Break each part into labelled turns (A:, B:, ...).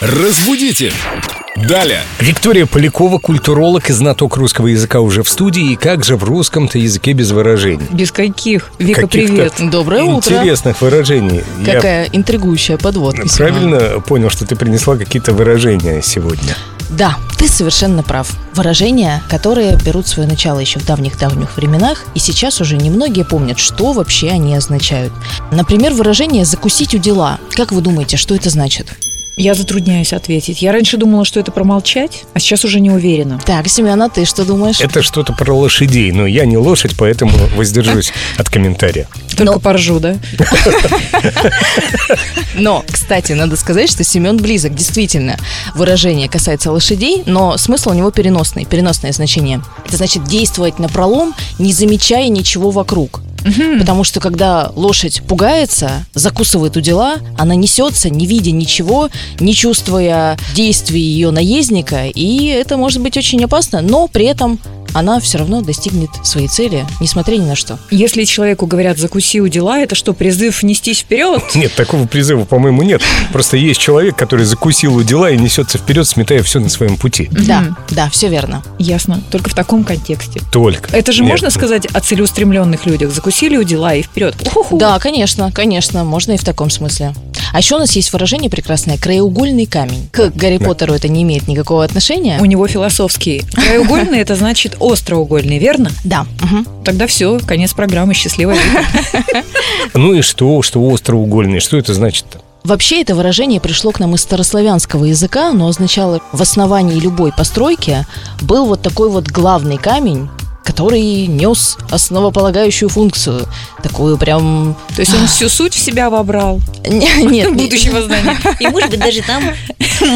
A: Разбудите! Далее!
B: Виктория Полякова, культуролог и знаток русского языка уже в студии. И как же в русском-то языке без выражений?
C: Без каких? Вика,
B: Каких-то
C: привет. Доброе
D: Ну,
C: утро.
B: Интересных выражений. Я
C: Какая интригующая подводка. Семен.
B: правильно понял, что ты принесла какие-то выражения сегодня?
C: Да, ты совершенно прав. Выражения, которые берут свое начало еще в давних-давних временах, и сейчас уже немногие помнят, что вообще они означают. Например, выражение «закусить у дела». Как вы думаете, что это значит?
D: Я затрудняюсь ответить. Я раньше думала, что это промолчать, а сейчас уже не уверена.
C: Так, Семен, а ты что думаешь?
B: Это что-то про лошадей, но я не лошадь, поэтому воздержусь от комментария.
D: Только
C: Но-
D: поржу, да?
C: Но, кстати, надо сказать, что Семен близок, действительно. Выражение касается лошадей, но смысл у него переносный, переносное значение. Это значит действовать на пролом, не замечая ничего вокруг. Потому что когда лошадь пугается, закусывает у дела, она несется, не видя ничего, не чувствуя действий ее наездника, и это может быть очень опасно, но при этом она все равно достигнет своей цели, несмотря ни на что.
D: Если человеку говорят «закуси у дела», это что, призыв нестись вперед?
B: Нет, такого призыва, по-моему, нет. Просто есть человек, который закусил у дела и несется вперед, сметая все на своем пути.
C: Да, да, все верно.
D: Ясно, только в таком контексте.
B: Только.
D: Это же
B: Нет.
D: можно сказать о целеустремленных людях? Закусили у дела и вперед. Уху-ху.
C: Да, конечно, конечно, можно и в таком смысле. А еще у нас есть выражение прекрасное «краеугольный камень». К Гарри Поттеру это не имеет никакого отношения.
D: У него философский. Краеугольный – это значит остроугольный, верно?
C: Да. мгм.
D: Тогда все, конец программы, счастливая жизнь.
B: Ну и что, что остроугольный, что это значит-то?
C: Вообще это выражение пришло к нам из старославянского языка, но означало в основании любой постройки был вот такой вот главный камень, который нес основополагающую функцию. Такую прям...
D: То есть он всю суть в себя вобрал
C: Не- Нет, не-
D: будущего здания. И, может быть, даже там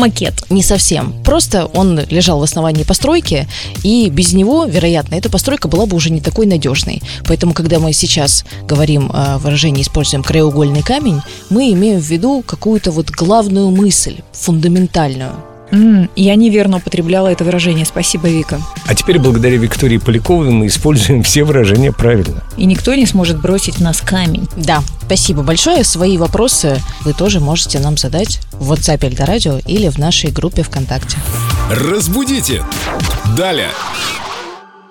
D: макет.
C: не совсем. Просто он лежал в основании постройки, и без него, вероятно, эта постройка была бы уже не такой надежной. Поэтому, когда мы сейчас говорим э, о выражении, используем краеугольный камень, мы имеем в виду какую-то вот главную мысль, фундаментальную.
D: М, Я неверно употребляла это выражение. Спасибо, Вика.
B: А теперь благодаря Виктории Поляковой мы используем все выражения правильно.
D: И никто не сможет бросить в нас камень.
C: Да, спасибо большое. Свои вопросы вы тоже можете нам задать в WhatsApp Эльдорадио или в нашей группе ВКонтакте.
A: Разбудите! Далее!